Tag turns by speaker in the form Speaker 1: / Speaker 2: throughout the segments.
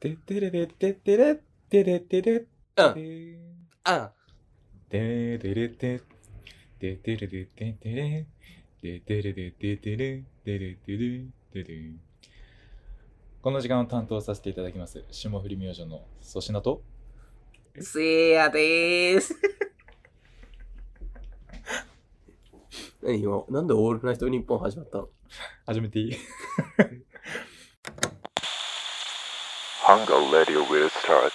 Speaker 1: てってれれってってれってれってれ
Speaker 2: うん、
Speaker 1: て
Speaker 2: うん。
Speaker 1: ででれてででれでででれででれでででれでれでれでれこの時間を担当させていただきます霜降り明星の粗品と
Speaker 2: せいやでーす。 何今、なんでオールナイト日本始まったの
Speaker 1: 始めていい
Speaker 3: Hunger Radio will start.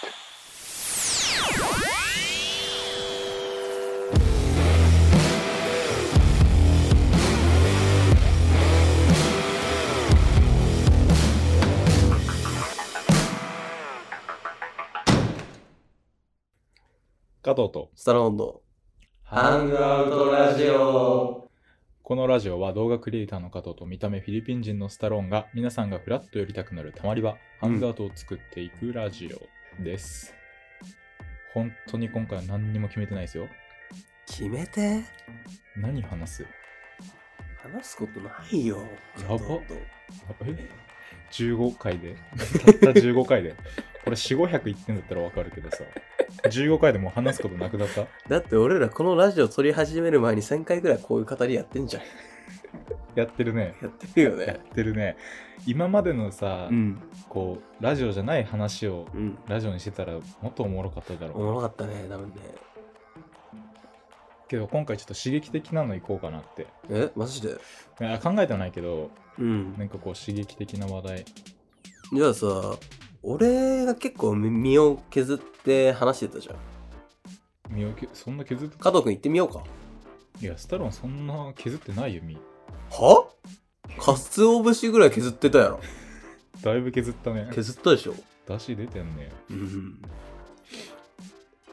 Speaker 1: 加藤と
Speaker 2: スタローンの。ハングアウトラジオ。
Speaker 1: このラジオは動画クリエイターの加藤と見た目フィリピン人のスタローンが皆さんがフラッと寄りたくなるたまり場、ハングアウトを作っていくラジオです。本当に今回は何にも決めてないですよ。
Speaker 2: 決めて。
Speaker 1: 何話す
Speaker 2: 話すことないよ。
Speaker 1: やば
Speaker 2: ちょっと
Speaker 1: あえ ?15 回でたった15回でこれ4、500言ってんだったらわかるけどさ。15回でもう話すことなくなった
Speaker 2: だって俺らこのラジオ撮り始める前に1000回ぐらいこういう語りやってんじゃん。
Speaker 1: やってるね。
Speaker 2: やってるよ
Speaker 1: やっ
Speaker 2: ね。
Speaker 1: てるね。今までのさ、
Speaker 2: ん。
Speaker 1: こう、ラジオじゃない話を
Speaker 2: うん。
Speaker 1: ラジオにしてたらもっとおもろかっただろう
Speaker 2: お。もろかったね、多分ね。
Speaker 1: けど今回ちょっと刺激的なのいこうかなって
Speaker 2: え、マジで
Speaker 1: いや考えてはないけど
Speaker 2: うん。
Speaker 1: なんかこう刺激的な話題
Speaker 2: じゃあさ、俺が結構身身を削って話してたじゃん。
Speaker 1: 身をけそんな削って
Speaker 2: 加藤くん行ってみようか。
Speaker 1: いやスタローンそんな削ってないよ身
Speaker 2: はかつお節ぐらい削ってたやろ
Speaker 1: だいぶ 削ったね
Speaker 2: 削ったでしょ
Speaker 1: 出汁出てんね
Speaker 2: うん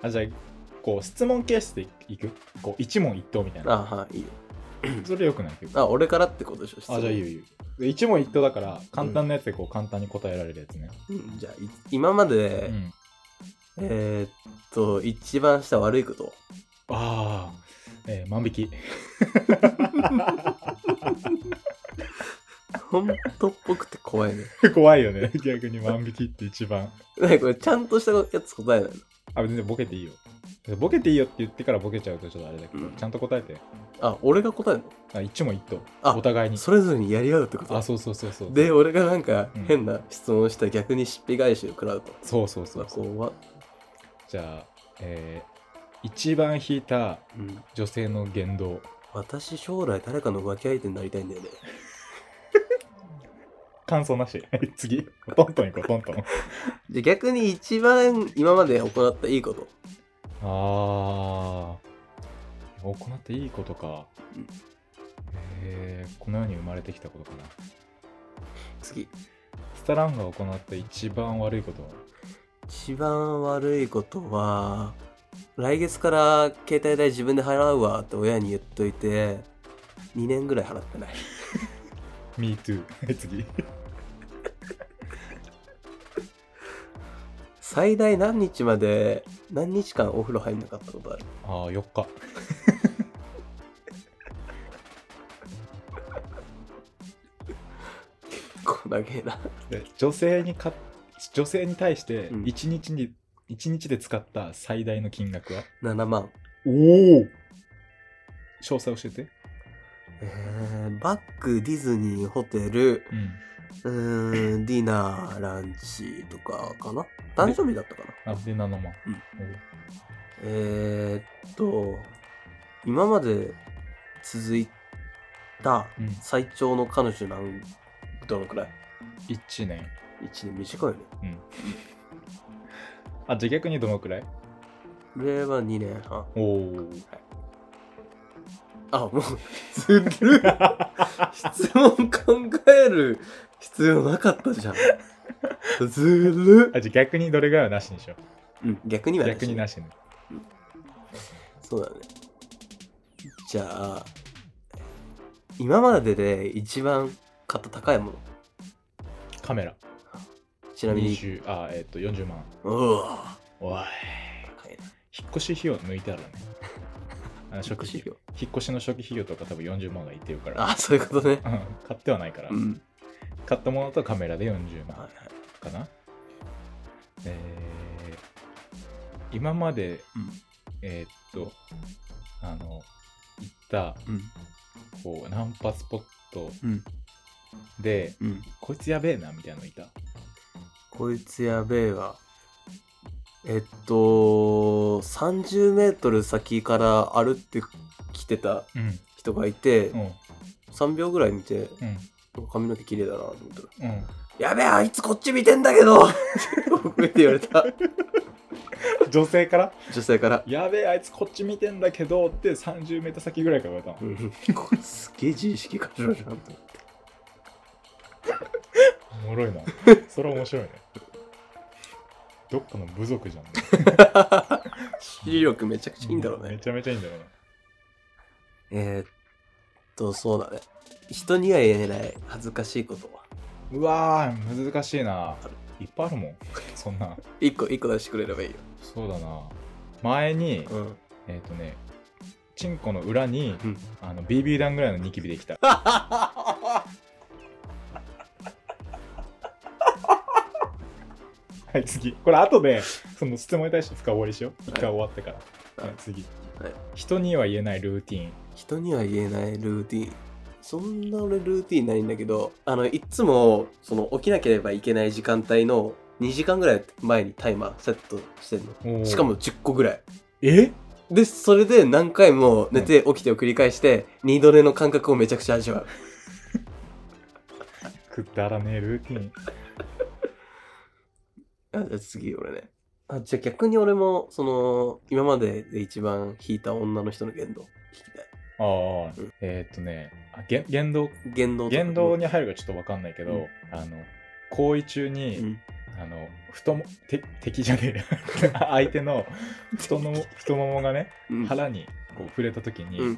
Speaker 1: あじゃあこう質問形式でいくこう一問一答みたいな
Speaker 2: あはいいよ
Speaker 1: それよくないけど
Speaker 2: あ俺からってことでしょ質問
Speaker 1: あじゃあいいよいいよで一問一答だから簡単なやつでこう簡単に答えられるやつね、
Speaker 2: うんじゃあい今ま
Speaker 1: う
Speaker 2: で、
Speaker 1: ん、
Speaker 2: えー、っと一番した悪いこと
Speaker 1: ああ、えー万引き
Speaker 2: 本当っぽくて怖いね
Speaker 1: 怖いよね 逆に万引きって一番
Speaker 2: 何これちゃんとしたやつ答えないの
Speaker 1: あ、別にボケていいよ。ボケていいよって言ってからボケちゃうとちょっとあれだけど、
Speaker 2: うん
Speaker 1: ちゃんと答えて。
Speaker 2: あ俺が答える
Speaker 1: あ一問一答。
Speaker 2: あ
Speaker 1: お互いに
Speaker 2: の。それぞれにやり合うってこと
Speaker 1: あ、そうそうそうそう。
Speaker 2: で俺がなんか
Speaker 1: うん
Speaker 2: 変な質問したら逆にしっぺ返しを食らうと、
Speaker 1: そうそうそうそう。
Speaker 2: こうは、
Speaker 1: じゃあ、えー、一番引いた
Speaker 2: うん、
Speaker 1: 女性の言動。
Speaker 2: 私将来誰かの浮気相手になりたいんだよね
Speaker 1: 感想なし。次。トントンいこう、トントン。
Speaker 2: じゃあ逆に一番今まで行ったいいこと
Speaker 1: あー。行っていいことか
Speaker 2: うん。
Speaker 1: えー、この世に生まれてきたことかな。
Speaker 2: 次
Speaker 1: スタランが行った一番悪いことは
Speaker 2: 一番悪いことは来月から携帯代自分で払うわって親に言っといて2年ぐらい払ってない
Speaker 1: Me too。次。
Speaker 2: 最大何日まで何日間お風呂入んなかったことある
Speaker 1: あー、4日。
Speaker 2: こんだけな
Speaker 1: で女性にか女性に対して
Speaker 2: うん
Speaker 1: 1日に、一日で使った最大の金額は
Speaker 2: 7万
Speaker 1: おお詳細教えて
Speaker 2: えー、バックディズニーホテル
Speaker 1: うん
Speaker 2: うーんディナーランチとかかな誕生日だったかな
Speaker 1: あで7万、
Speaker 2: うんえー、っと今まで続いた
Speaker 1: おうん、
Speaker 2: 最長の彼女なんどのくらい
Speaker 1: 1年
Speaker 2: ?1 年短いよね。
Speaker 1: あじゃあ逆にどのくらい
Speaker 2: 令和2年半。
Speaker 1: おお
Speaker 2: あ、もう、ずるい質問考える必要なかったじゃん。ずる
Speaker 1: あじゃあ逆にどれぐらいはなしにしよ
Speaker 2: いうん、逆に
Speaker 1: う
Speaker 2: は
Speaker 1: 逆に
Speaker 2: い。
Speaker 1: なしね
Speaker 2: そうだね。じゃあ、今までで一番買った高いもの。
Speaker 1: カメラ
Speaker 2: ちなみに、
Speaker 1: 20あえっ、と40万
Speaker 2: うわ
Speaker 1: おい
Speaker 2: 高いな。
Speaker 1: 引っ越し費用抜いて あるねあの初期費用
Speaker 2: 用。
Speaker 1: 引っ越しの初期費用とか多分40万がいってる から
Speaker 2: あ、そういうことね。
Speaker 1: うん買ってはないから、
Speaker 2: うん。
Speaker 1: 買ったものとカメラで40
Speaker 2: はい
Speaker 1: 万
Speaker 2: はい。
Speaker 1: かな、今まで、
Speaker 2: うん
Speaker 1: えーっとあの行った
Speaker 2: うん
Speaker 1: こうナンパスポット
Speaker 2: うん
Speaker 1: で、
Speaker 2: うん
Speaker 1: こいつやべえなみたいなのいた
Speaker 2: こいつやべえわえっと30メートル先から歩ってきてた
Speaker 1: うん
Speaker 2: 人がいて、
Speaker 1: うん
Speaker 2: 3秒ぐらい見て
Speaker 1: うん
Speaker 2: 髪の毛綺麗だなと思ったら
Speaker 1: うん
Speaker 2: 「やべえあいつこっち見てんだけど!」 僕見て言われた
Speaker 1: 女性から
Speaker 2: 女性か
Speaker 1: 「
Speaker 2: ら
Speaker 1: やべえあいつこっち見てんだけど」って 30m 先ぐらいから言われた
Speaker 2: う
Speaker 1: の
Speaker 2: ん これすげえ自意識過剰じゃ んと
Speaker 1: おも ろいなそれは面白いねどっかの部族じゃんね
Speaker 2: 視力めちゃくちゃいいんだろう
Speaker 1: め
Speaker 2: ね
Speaker 1: ちゃめちゃいいんだろうね
Speaker 2: えー、っとそうだね人には言えない恥ずかしいことは
Speaker 1: うわー難しいないっぱいあるもんそんな
Speaker 2: 1個1個出してくれればいいよ
Speaker 1: そうだな前に
Speaker 2: うん
Speaker 1: えっ、とねチンコの裏に、
Speaker 2: ん
Speaker 1: あの BB 弾ぐらいのニキビで きたはい次これ後でその質問に対して深終わりしよう一回終わってから、
Speaker 2: は
Speaker 1: は
Speaker 2: い
Speaker 1: い、次、
Speaker 2: はい
Speaker 1: 人には言えないルーティン
Speaker 2: 人には言えないルーティンそんな俺ルーティンないんだけどあのいっつもその起きなければいけない時間帯の2時間ぐらい前にタイマーセットしてん
Speaker 1: おー
Speaker 2: のしかも10個ぐらい
Speaker 1: え
Speaker 2: でそれで何回も寝て起きてを繰り返して二度寝の感覚をめちゃくちゃ味わう
Speaker 1: くだらねえルーティン
Speaker 2: あじゃあ次俺ねあじゃあ逆に俺もその今までで一番引いた女の人の言動聞き
Speaker 1: ああえーっ、とねあ言言動
Speaker 2: たい言動とか
Speaker 1: 言動に入るかちょっと分かんないけど、
Speaker 2: うん
Speaker 1: あの行為中に、
Speaker 2: うん
Speaker 1: あの太もて敵じゃねえ 相手の太の太ももがね
Speaker 2: うん
Speaker 1: 腹にこう触れた時に、
Speaker 2: うん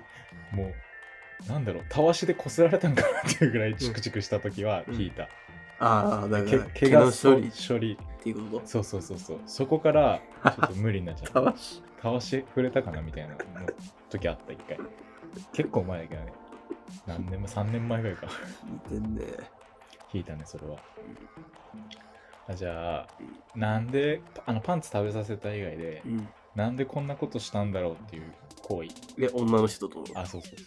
Speaker 1: もうなんだろうたわしでこすられたんかなっていうぐらいチクチクした時は聞いた、
Speaker 2: ああだか
Speaker 1: け
Speaker 2: ら
Speaker 1: 怪
Speaker 2: 怪
Speaker 1: 我
Speaker 2: 我
Speaker 1: 処
Speaker 2: 処
Speaker 1: 理
Speaker 2: 理っ
Speaker 1: 処理
Speaker 2: ていうこと
Speaker 1: そうそうそうそうそこからちょっと無理になっちゃ
Speaker 2: た
Speaker 1: う
Speaker 2: わした
Speaker 1: わし触れたかなみたいなの時あった一回結構前だけどね何年も3年前ぐらいか
Speaker 2: 聞いてんね
Speaker 1: 聞いたねそれはあじゃあなんであのパンツ食べさせた以外で
Speaker 2: うん
Speaker 1: なんでこんなことしたんだろうっていう行為
Speaker 2: え、女の人と思
Speaker 1: あそうそうそうそ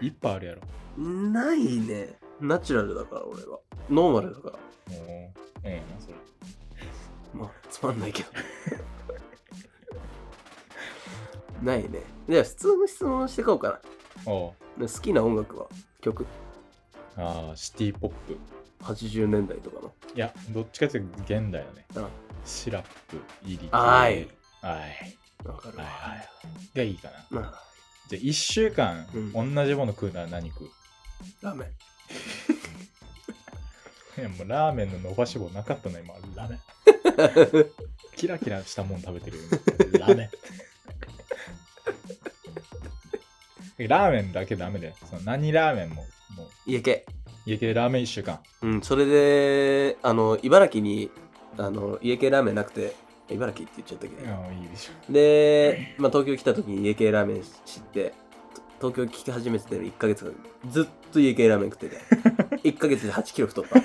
Speaker 1: ういっぱいあるやろ
Speaker 2: う。ないね。ナチュラルだから、俺は。ノーマルだから。
Speaker 1: もうええなそれ
Speaker 2: まあ、つまんないけど。 ないね。じゃあ、普通の質問してこうか
Speaker 1: おう
Speaker 2: な。で好きな音楽は曲
Speaker 1: ああシティポップ
Speaker 2: ?80 年代とかの。
Speaker 1: いやどっちかっていうと現代だね
Speaker 2: うん
Speaker 1: シラップ入り
Speaker 2: あーい
Speaker 1: はい
Speaker 2: わかる
Speaker 1: はい
Speaker 2: わ。
Speaker 1: はいがいいかな
Speaker 2: まあ、
Speaker 1: じゃあ1週間
Speaker 2: うん
Speaker 1: 同じもの食うなら何食う
Speaker 2: ラーメン。
Speaker 1: いやもうラーメンの伸ばし棒なかったの今ラーメンキラキラしたもん食べてるよラーメ ンラーメンだけダメでその何ラーメンももう
Speaker 2: 家系。
Speaker 1: 家系ラーメン1週間
Speaker 2: うん、それで、あの、茨城に、あの、家系ラーメンなくて、茨城って言っちゃったけど、
Speaker 1: ああいいでしょ
Speaker 2: で、まあ、東京来た時に家系ラーメン知ってと東京来始めてて1ヶ月間ずっと家系ラーメン 食ってて1ヶ月で8キロ太った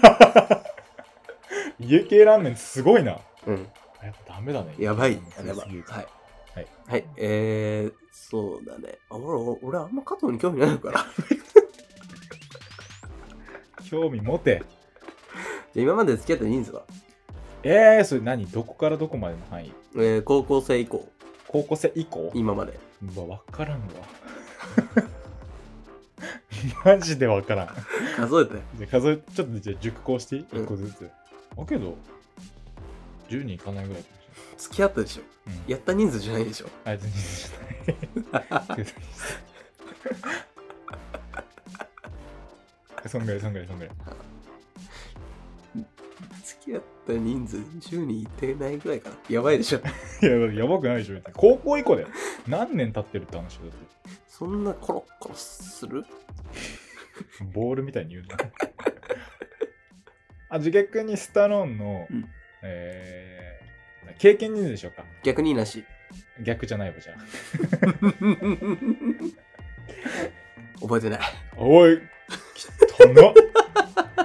Speaker 1: 家系ラーメンすごいな
Speaker 2: うん
Speaker 1: やっぱダメだね
Speaker 2: やばい
Speaker 1: 強
Speaker 2: やば
Speaker 1: すぎ
Speaker 2: い
Speaker 1: る
Speaker 2: はい
Speaker 1: はい、
Speaker 2: はい、えー、そうだねあ俺俺俺あんま加藤に興味ないのかな じゃ
Speaker 1: 興味持て
Speaker 2: あ今まで付き合った人数は、
Speaker 1: えー、それ何どこからどこまでの範囲
Speaker 2: えー、高校生以降
Speaker 1: 高校生以降
Speaker 2: 今まで
Speaker 1: うわ分からんわ マジで分からん
Speaker 2: 数えて
Speaker 1: じゃあ数えちょっとじゃあ熟考していい
Speaker 2: うん
Speaker 1: 1個ずつ、あけど10人いかないぐらいかもし
Speaker 2: 付き合ったでしょ
Speaker 1: れない、うん、
Speaker 2: やった人数じゃないでしょ
Speaker 1: あいつにしない そんぐらいそんぐらいそんぐらい
Speaker 2: 付き合った人数10人いてないぐらいかなやばい でしょ
Speaker 1: いややばくないでしょ別に高校以降だよ何年経ってるって話だって
Speaker 2: そんなコロッコロする
Speaker 1: ボールみたいに言うな。あ、じゃあ逆にスタローンの、
Speaker 2: うん
Speaker 1: えー経験人数でしょうか。
Speaker 2: 逆にな し
Speaker 1: 逆じゃないわ、じゃあ。
Speaker 2: 覚えてない。
Speaker 1: おい、汚っ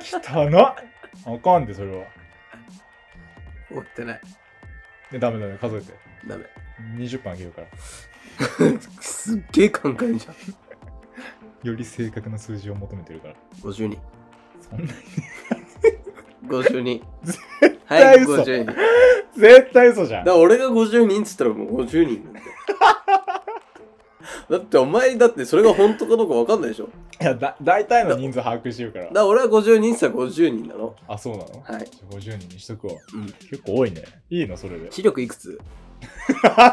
Speaker 1: 汚っあかんで、それは。
Speaker 2: 覚えてない。
Speaker 1: でダメダメ数えて
Speaker 2: ダメ。
Speaker 1: 20分あげるから
Speaker 2: すっげえ考えんじゃん。
Speaker 1: より正確な数字を求めてるから
Speaker 2: 52。
Speaker 1: そんな
Speaker 2: 52。は
Speaker 1: 対
Speaker 2: い、
Speaker 1: 嘘
Speaker 2: 52。だか
Speaker 1: 絶対嘘じゃん
Speaker 2: ら俺が52人っつったらもう50人なんだよ。だってお前だってそれが本当かどうかわかんないでしょ。だか
Speaker 1: いやだ大体の人数把握してるから
Speaker 2: ら俺は52人っつったら50人なの。
Speaker 1: あそうなの
Speaker 2: はい。
Speaker 1: じゃあ50人にしとくわ、
Speaker 2: うん
Speaker 1: 結構多いねいいのそれで
Speaker 2: 視力いくつ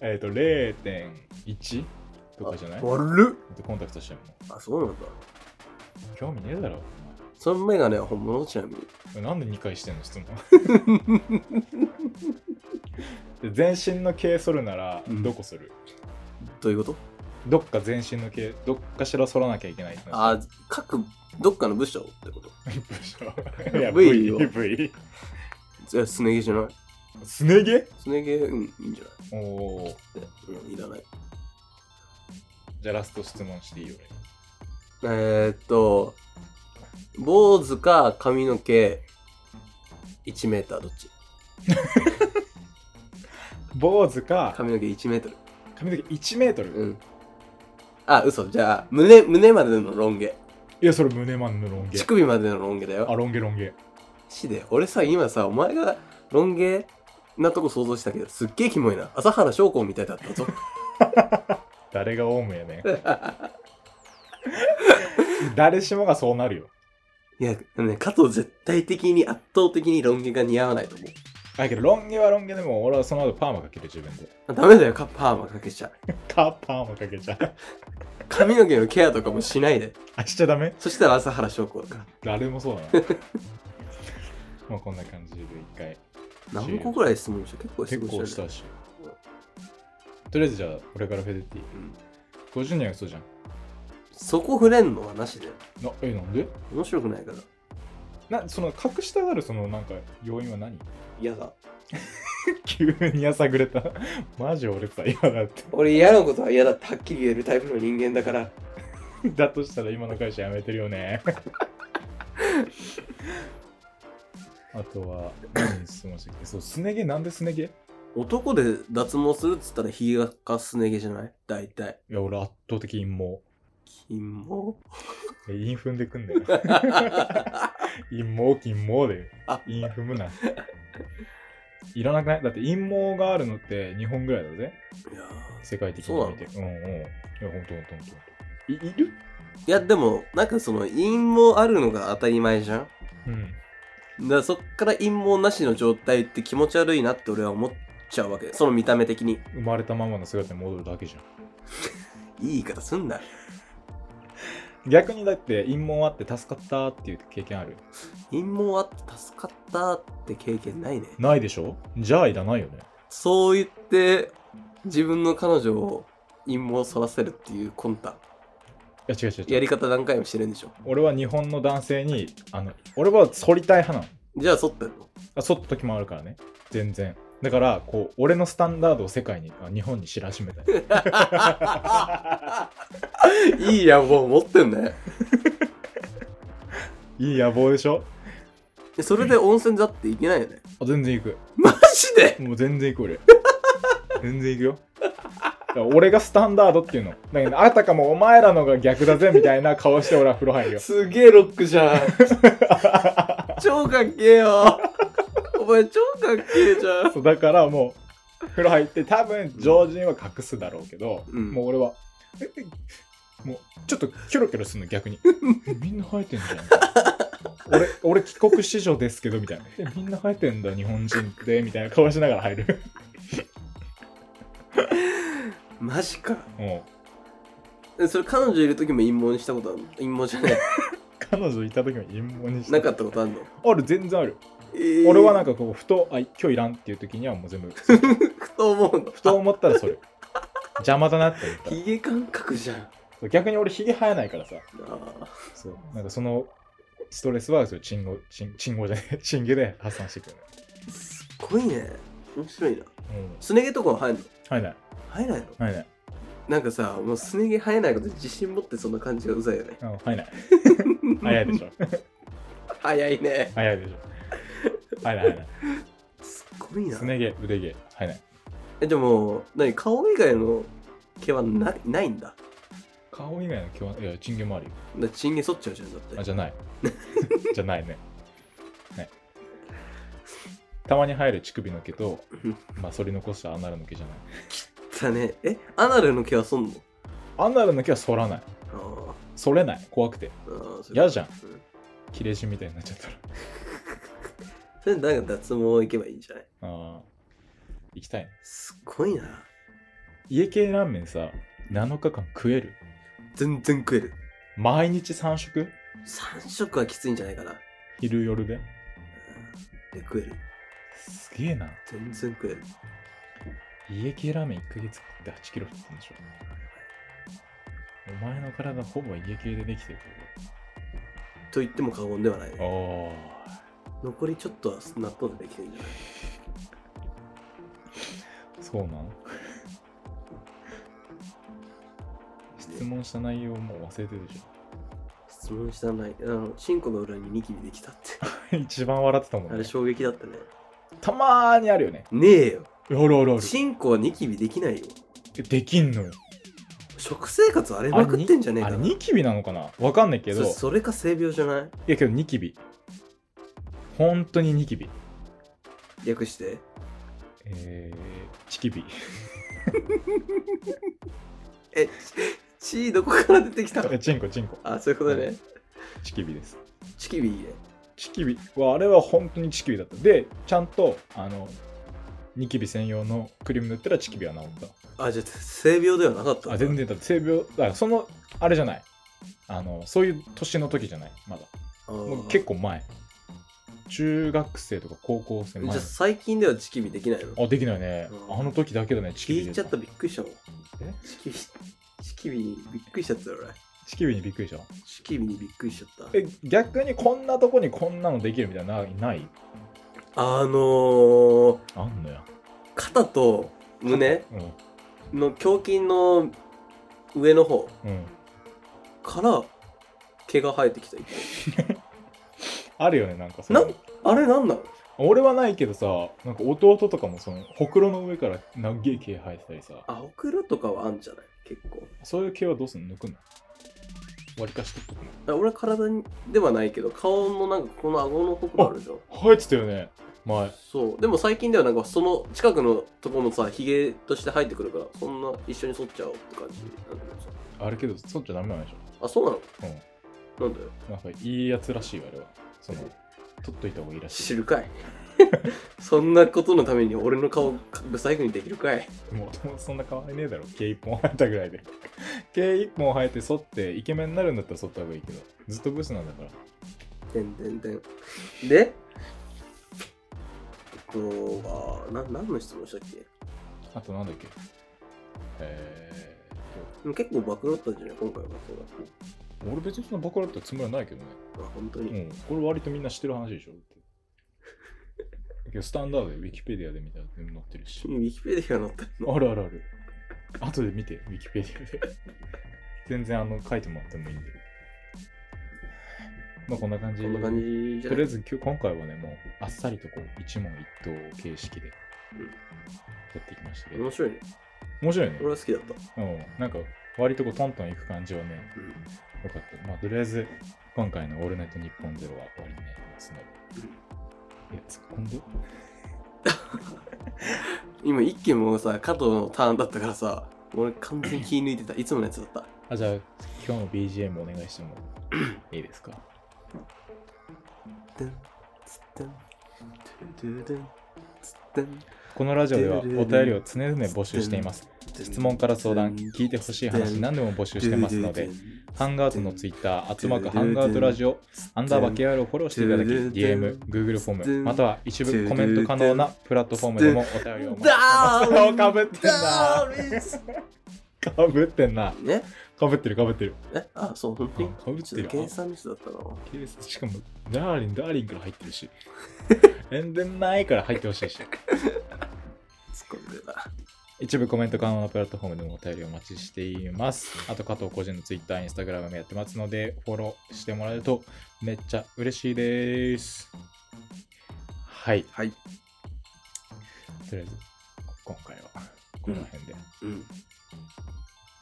Speaker 1: えっと0.1とかじゃないだ
Speaker 2: 悪っ。
Speaker 1: ってコンタクトしてんもん
Speaker 2: あ、そうなんだ。
Speaker 1: 興味ねえだろ
Speaker 2: そのメガネは本物ちなみに。
Speaker 1: お前なんで2回してんの質 問で全身の毛剃るなら
Speaker 2: うん
Speaker 1: どこする、
Speaker 2: どういうこと
Speaker 1: どっか全身の毛どっかしら剃らなきゃいけないってな
Speaker 2: あ、各、どっかの部署ってこと
Speaker 1: いや
Speaker 2: V
Speaker 1: V
Speaker 2: を
Speaker 1: V
Speaker 2: じゃあ、すね毛じゃない
Speaker 1: すね毛
Speaker 2: すね毛、うん、いいんじゃない
Speaker 1: おおー
Speaker 2: うん、いらない。
Speaker 1: じゃあラスト質問していいよ
Speaker 2: えー、っと、坊主か髪の毛、1メーターどっち
Speaker 1: 俺坊主か
Speaker 2: 髪の毛1メートル。
Speaker 1: 髪の毛1メートル、
Speaker 2: うん。あ、嘘。じゃあ、胸、胸までのロン毛。
Speaker 1: いやそれ胸マンのロン毛
Speaker 2: 乳首までのロン毛だ
Speaker 1: あ
Speaker 2: よ。
Speaker 1: ロン毛ロン毛
Speaker 2: しで、俺さ、今さ、お前がロン毛なとこ想像したけど、すっげえキモいな。朝原翔子みたいだったぞ。
Speaker 1: 誰がオウムやねん誰しもがそうなるよ
Speaker 2: いや、ね、加藤絶対的に圧倒的にロン毛が似合わないと思う。
Speaker 1: だけどロン毛はロン毛でも俺はその後パーマかける自分で
Speaker 2: あダメだよ、カッパーマかけちゃ。
Speaker 1: カーパーマかけちゃう
Speaker 2: 髪の毛のケアとかもしないで。
Speaker 1: あしちゃダメ
Speaker 2: そしたら朝原翔子だから。
Speaker 1: 誰もそうだなまあこんな感じで一回
Speaker 2: 何個ぐらい質問した結構質
Speaker 1: 結
Speaker 2: 問した,、
Speaker 1: 構したしとりあえずじゃあこれからフェデティ
Speaker 2: うん
Speaker 1: 50人は嘘じゃん
Speaker 2: そこ触れんのはなしで
Speaker 1: なえなんで
Speaker 2: 面白くないから
Speaker 1: なその隠したがるそのなんか要因は何
Speaker 2: 嫌だ
Speaker 1: 急にやさぐれたマジ俺さ今だって
Speaker 2: 俺嫌なことは嫌だってはっきり言えるタイプの人間だから
Speaker 1: だとしたら今の会社辞めてるよね あとは何質問してきてそうすね毛なんですね毛い
Speaker 2: 男で脱毛するっつったらひげかすね毛じゃない大体
Speaker 1: や俺圧倒的陰謀
Speaker 2: キ モ
Speaker 1: え陰踏んでく んだよ陰謀陰謀で
Speaker 2: あ
Speaker 1: 陰踏むないらなくないだって陰謀があるのって日本ぐらいだぜ
Speaker 2: いや
Speaker 1: 世界的に見てうんうんいやほんとほんとほんといいる
Speaker 2: ーいやでもなんかその陰謀あるのが当たり前じゃんだか
Speaker 1: うん
Speaker 2: らそっから陰謀なしの状態って気持ち悪いなって俺は思っちゃうわけその見た目的に
Speaker 1: 生まれたままの姿に戻るだけじゃん
Speaker 2: いい言い方すんな
Speaker 1: 逆にだって陰謀あって助かったっていう経験ある
Speaker 2: 陰謀あって助かったって経験ないね
Speaker 1: ないでしょじゃあいらないよね
Speaker 2: そう言って自分の彼女を陰謀を反らせるっていう魂胆
Speaker 1: いや違う違う違う
Speaker 2: やり方何回もしてるんでしょ
Speaker 1: 俺は日本の男性にあの俺は反りたい派なの
Speaker 2: じゃあ剃ってんの
Speaker 1: あ剃った時もあるからね全然だからこう俺のスタンダードを世界にあ日本に知らしめたい
Speaker 2: いい野望持ってんね
Speaker 1: いい野望でしょ
Speaker 2: でそれで温泉だっていけないよね
Speaker 1: あ全然行く
Speaker 2: マジで
Speaker 1: もう全然行く 俺全然行くよだから俺がスタンダードっていうのだけどあたかもお前らのが逆だぜみたいな顔して俺は風呂入るよ
Speaker 2: すげえロックじゃん超かっけえよお前超かっけえじゃん
Speaker 1: そうだからもう風呂入って多分常人は隠すだろうけど、
Speaker 2: うん
Speaker 1: もう俺はええもうちょっとキョロキョロするの逆に えみんな生えてんじゃんみたいな 俺俺帰国子女ですけどみたいな えみんな生えてんだ日本人ってみたいな顔しながら入る
Speaker 2: マジか
Speaker 1: も
Speaker 2: えそれ彼女いる時も陰謀にしたことあるの陰謀じゃないう
Speaker 1: 彼女いた時も陰謀にして
Speaker 2: なかったことあるの、
Speaker 1: ある全然ある、
Speaker 2: えー
Speaker 1: 俺はなんかこうふとあ今日いらんっていう時にはもう全部
Speaker 2: ふと思うの
Speaker 1: ふと思ったらそ れ邪魔だなって思ったら
Speaker 2: ヒゲ感覚じゃんあ
Speaker 1: そう逆に俺ひげ生えないからさ
Speaker 2: ー
Speaker 1: そう。なんかそのストレスは、そう、チンゴ、チン、チンゴじゃない、チンゲで発散してくるね。
Speaker 2: すっごいね面白いな
Speaker 1: うん。
Speaker 2: すね毛とかも生えんの
Speaker 1: 生えない。
Speaker 2: 生えないの
Speaker 1: 生えない。
Speaker 2: なんかさもうすね毛生えないことに自信持ってそんな感じがうざいよね
Speaker 1: うん、生えない。早いでしょ。
Speaker 2: 早いね
Speaker 1: 早いでしょ。入らない入らない。
Speaker 2: すっごいな
Speaker 1: す。ね毛、腕毛、入らない。
Speaker 2: え、でも、何顔以外の毛はないないんだ。だか
Speaker 1: 顔以外の毛は、いや、チンゲもあるよ。
Speaker 2: らチンゲ剃っちゃうじゃん、だって。
Speaker 1: あ、じゃない。 じゃないね。ね。たまに入る乳首の毛と、まあ、剃り残したアナルの毛じゃない。
Speaker 2: だね。え、アナルの毛は剃んの
Speaker 1: アナルの毛は剃らない。
Speaker 2: あ
Speaker 1: 剃れない。怖くて。
Speaker 2: ーあー、それ
Speaker 1: 嫌じゃん
Speaker 2: うん。
Speaker 1: 切れ死みたいになっちゃったら。
Speaker 2: それなんか脱毛行けばいいんじゃない
Speaker 1: ああ。行きたいね。
Speaker 2: すっごいな。
Speaker 1: 家系ラーメンさ、7日間食える
Speaker 2: 全然食える。
Speaker 1: 毎日3食
Speaker 2: 3食はきついんじゃないかな。
Speaker 1: 昼夜で
Speaker 2: で食える。
Speaker 1: すげえな。
Speaker 2: 全然食える。
Speaker 1: 家系ラーメン1ヶ月食って8キロ太ったんでしょ。お前の体ほぼ家系でできてる
Speaker 2: と言っても過言ではない
Speaker 1: けど。
Speaker 2: ね。
Speaker 1: おー。
Speaker 2: 残りちょっとは納豆でできるんじゃない
Speaker 1: そうなの 質問した内容もう忘れてるでし
Speaker 2: 質問したない。あの、チンコの裏にニキビできたって。
Speaker 1: ょ。 一番笑ってたも
Speaker 2: あ
Speaker 1: ん
Speaker 2: れ
Speaker 1: ね。
Speaker 2: 衝撃だったね。
Speaker 1: たまーにあるよね。
Speaker 2: ねえよ。
Speaker 1: あるあるある。
Speaker 2: チンコはニキビできないよ。
Speaker 1: えできんのよ。
Speaker 2: 食生活あれまくってんじゃねえ
Speaker 1: あ
Speaker 2: か
Speaker 1: れ
Speaker 2: な。
Speaker 1: ニキビなのかなわかんないけど。
Speaker 2: そそれか性病じゃない
Speaker 1: いやけどニキビ。本当にニキビ。
Speaker 2: 略して。
Speaker 1: えー、チキビ。
Speaker 2: え、チーどこから出てきたの
Speaker 1: えチンコチンコ。
Speaker 2: あ、そういうことね。
Speaker 1: チキビです。
Speaker 2: チキビいいね。
Speaker 1: チキビはあれは本当にチキビだった。で、ちゃんとあのニキビ専用のクリーム塗ったらチキビは治っ
Speaker 2: あ、じゃあ性病ではなかったん
Speaker 1: た。
Speaker 2: だ
Speaker 1: あ全。然だって性病だからそのあれじゃない。あのそういう年の時じゃない。まだ。
Speaker 2: あ
Speaker 1: も
Speaker 2: ー
Speaker 1: う結構前。中学生とか高校生
Speaker 2: じゃ
Speaker 1: 前
Speaker 2: あ。最近ではチキビできないの
Speaker 1: あできないね。
Speaker 2: うん
Speaker 1: あの時だけだね。チキビ
Speaker 2: 聞
Speaker 1: 出
Speaker 2: いちゃったびっくりしたもん。
Speaker 1: え
Speaker 2: チキビ、チキビにびっくりしちゃったよ俺。
Speaker 1: チキビにびっくりした。
Speaker 2: チキビにびっくりしちゃった。
Speaker 1: え逆にこんなとこにこんなのできるみたいなのない
Speaker 2: あのー、
Speaker 1: あんのや。
Speaker 2: 肩と胸
Speaker 1: うん。
Speaker 2: の胸筋の上の方
Speaker 1: うん。
Speaker 2: から毛が生えてきた。
Speaker 1: あるよね、なんかそ
Speaker 2: な
Speaker 1: の
Speaker 2: んあれなんなの
Speaker 1: 俺はないけどさ、なんか弟とかもその、ほくろの上から長い毛生えてたりさ、
Speaker 2: あ、ほくろとかはあんじゃない結構。
Speaker 1: そういう毛はどうすんの抜くの割りかしてっとくの
Speaker 2: あ俺は体にではないけど、顔のなんかこの顎のほくろあるじゃん。
Speaker 1: 生えてたよね、前。
Speaker 2: そう。でも最近ではなんかその近くのとこもさ、ヒゲとして生えてくるから、そんな一緒に剃っちゃおうって感じなんだけどさ。
Speaker 1: あれけど、そっちゃダメなんでし
Speaker 2: あ、そうなの
Speaker 1: ょ。
Speaker 2: なんだよ。
Speaker 1: うん。なんかいいやつらしいよ、あれは。その、取っといた方がいいらし
Speaker 2: 知るかい。そんなことのために俺の顔ブサイクにできるかい。
Speaker 1: い。もう、そんな変わりねえだろ、毛一本生えたぐらいで。 毛一本生えて剃って、イケメンになるんだったら剃った方がいいけど、ずっとブスなんだから。
Speaker 2: てんてんてん。で、えっと、あな何の質問したっけ
Speaker 1: あとなんだっけえー
Speaker 2: でも結構暴露だったんじゃない今回はそうだ。
Speaker 1: と、俺別にそんなバカだったつもりはないけどね。
Speaker 2: あ、本当
Speaker 1: う
Speaker 2: に。
Speaker 1: ん、これ割とみんな知ってる話でしょけどスタンダードでウィキペディアで見たら全部載ってるし。
Speaker 2: ウィキペディア載ってるの
Speaker 1: あるあるある。後で見て、ウィキペディアで。全然あの書いてもらってもいいんで。まあこんな感じ。
Speaker 2: こんな感じじゃ
Speaker 1: とり
Speaker 2: な
Speaker 1: あえ
Speaker 2: い
Speaker 1: ず今日今回はね、もうあっさりとこう一問一答形式でやっていきましたけど
Speaker 2: 面。白いね。
Speaker 1: 面白いね
Speaker 2: 俺。は好きだった。
Speaker 1: うん。なんか割とこうトントンいく感じはね、
Speaker 2: うん
Speaker 1: よかった。まあ、とりあえず、今回のオールナイトニッポンゼロは終わりになりますので。いや、突っ込んで。
Speaker 2: 今一軒もさ加藤のターンだったからさ俺完全に気抜いてたいつものやつだった
Speaker 1: あ、じゃあ、今日の BGM お願いしてもいいですか
Speaker 2: ドゥンツッドゥンドゥドゥドゥンツッドゥン
Speaker 1: このラジオではお便りを常々募集しています。質問から相談、聞いてほしい話、何でも募集してますので、ハンガードのツイッター、アットマークハンガードラジオ、アンダーバー KR をフォローしていただき、DM、Google フォーム、または一部コメント可能なプラットフォームでもお便りをお待ちしてます。
Speaker 2: ダー
Speaker 1: かぶってんな。かぶってんな。
Speaker 2: ね
Speaker 1: かぶってるかぶってる。
Speaker 2: えあそう本当に
Speaker 1: かぶって
Speaker 2: ちょっ
Speaker 1: る
Speaker 2: と計算ミスだったな
Speaker 1: ケースしかも、ダーリン、ダーリンから入ってる し。全然ないから入ってほしいし。
Speaker 2: 突っ込んでた
Speaker 1: 一部コメント可能なプラットフォームでもお便りをお待ちしています。あと、加藤個人の Twitter、Instagram もやってますので、フォローしてもらえるとめっちゃ嬉しいです。はい。
Speaker 2: はい。
Speaker 1: とりあえず、今回はこの辺で。
Speaker 2: うん。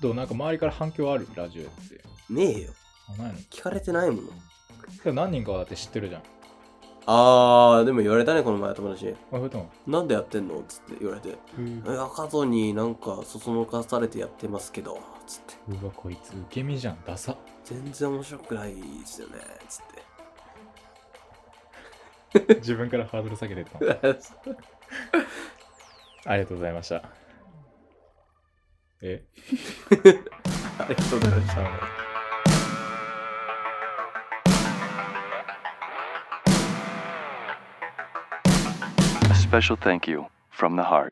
Speaker 1: どうなんか周りから反響あるラジオやって。
Speaker 2: ねえよ。
Speaker 1: あないの
Speaker 2: 聞かれてないもの。
Speaker 1: でも何人かはだって知ってるじゃん。
Speaker 2: あー、でも言われたね、この前友達に。
Speaker 1: あ、ふとも。
Speaker 2: なんでやってんのつって言われて。
Speaker 1: う
Speaker 2: え赤戸になんかそそのかされてやってますけど。つって。
Speaker 1: わ、こいつ、受け身じゃん。ダサ。
Speaker 2: 全然面白くないですよね。つ って。
Speaker 1: 自分からハードル下げてた。ありがとうございました。え
Speaker 2: ありがとうございました。
Speaker 1: あ
Speaker 4: A special thank you from the heart.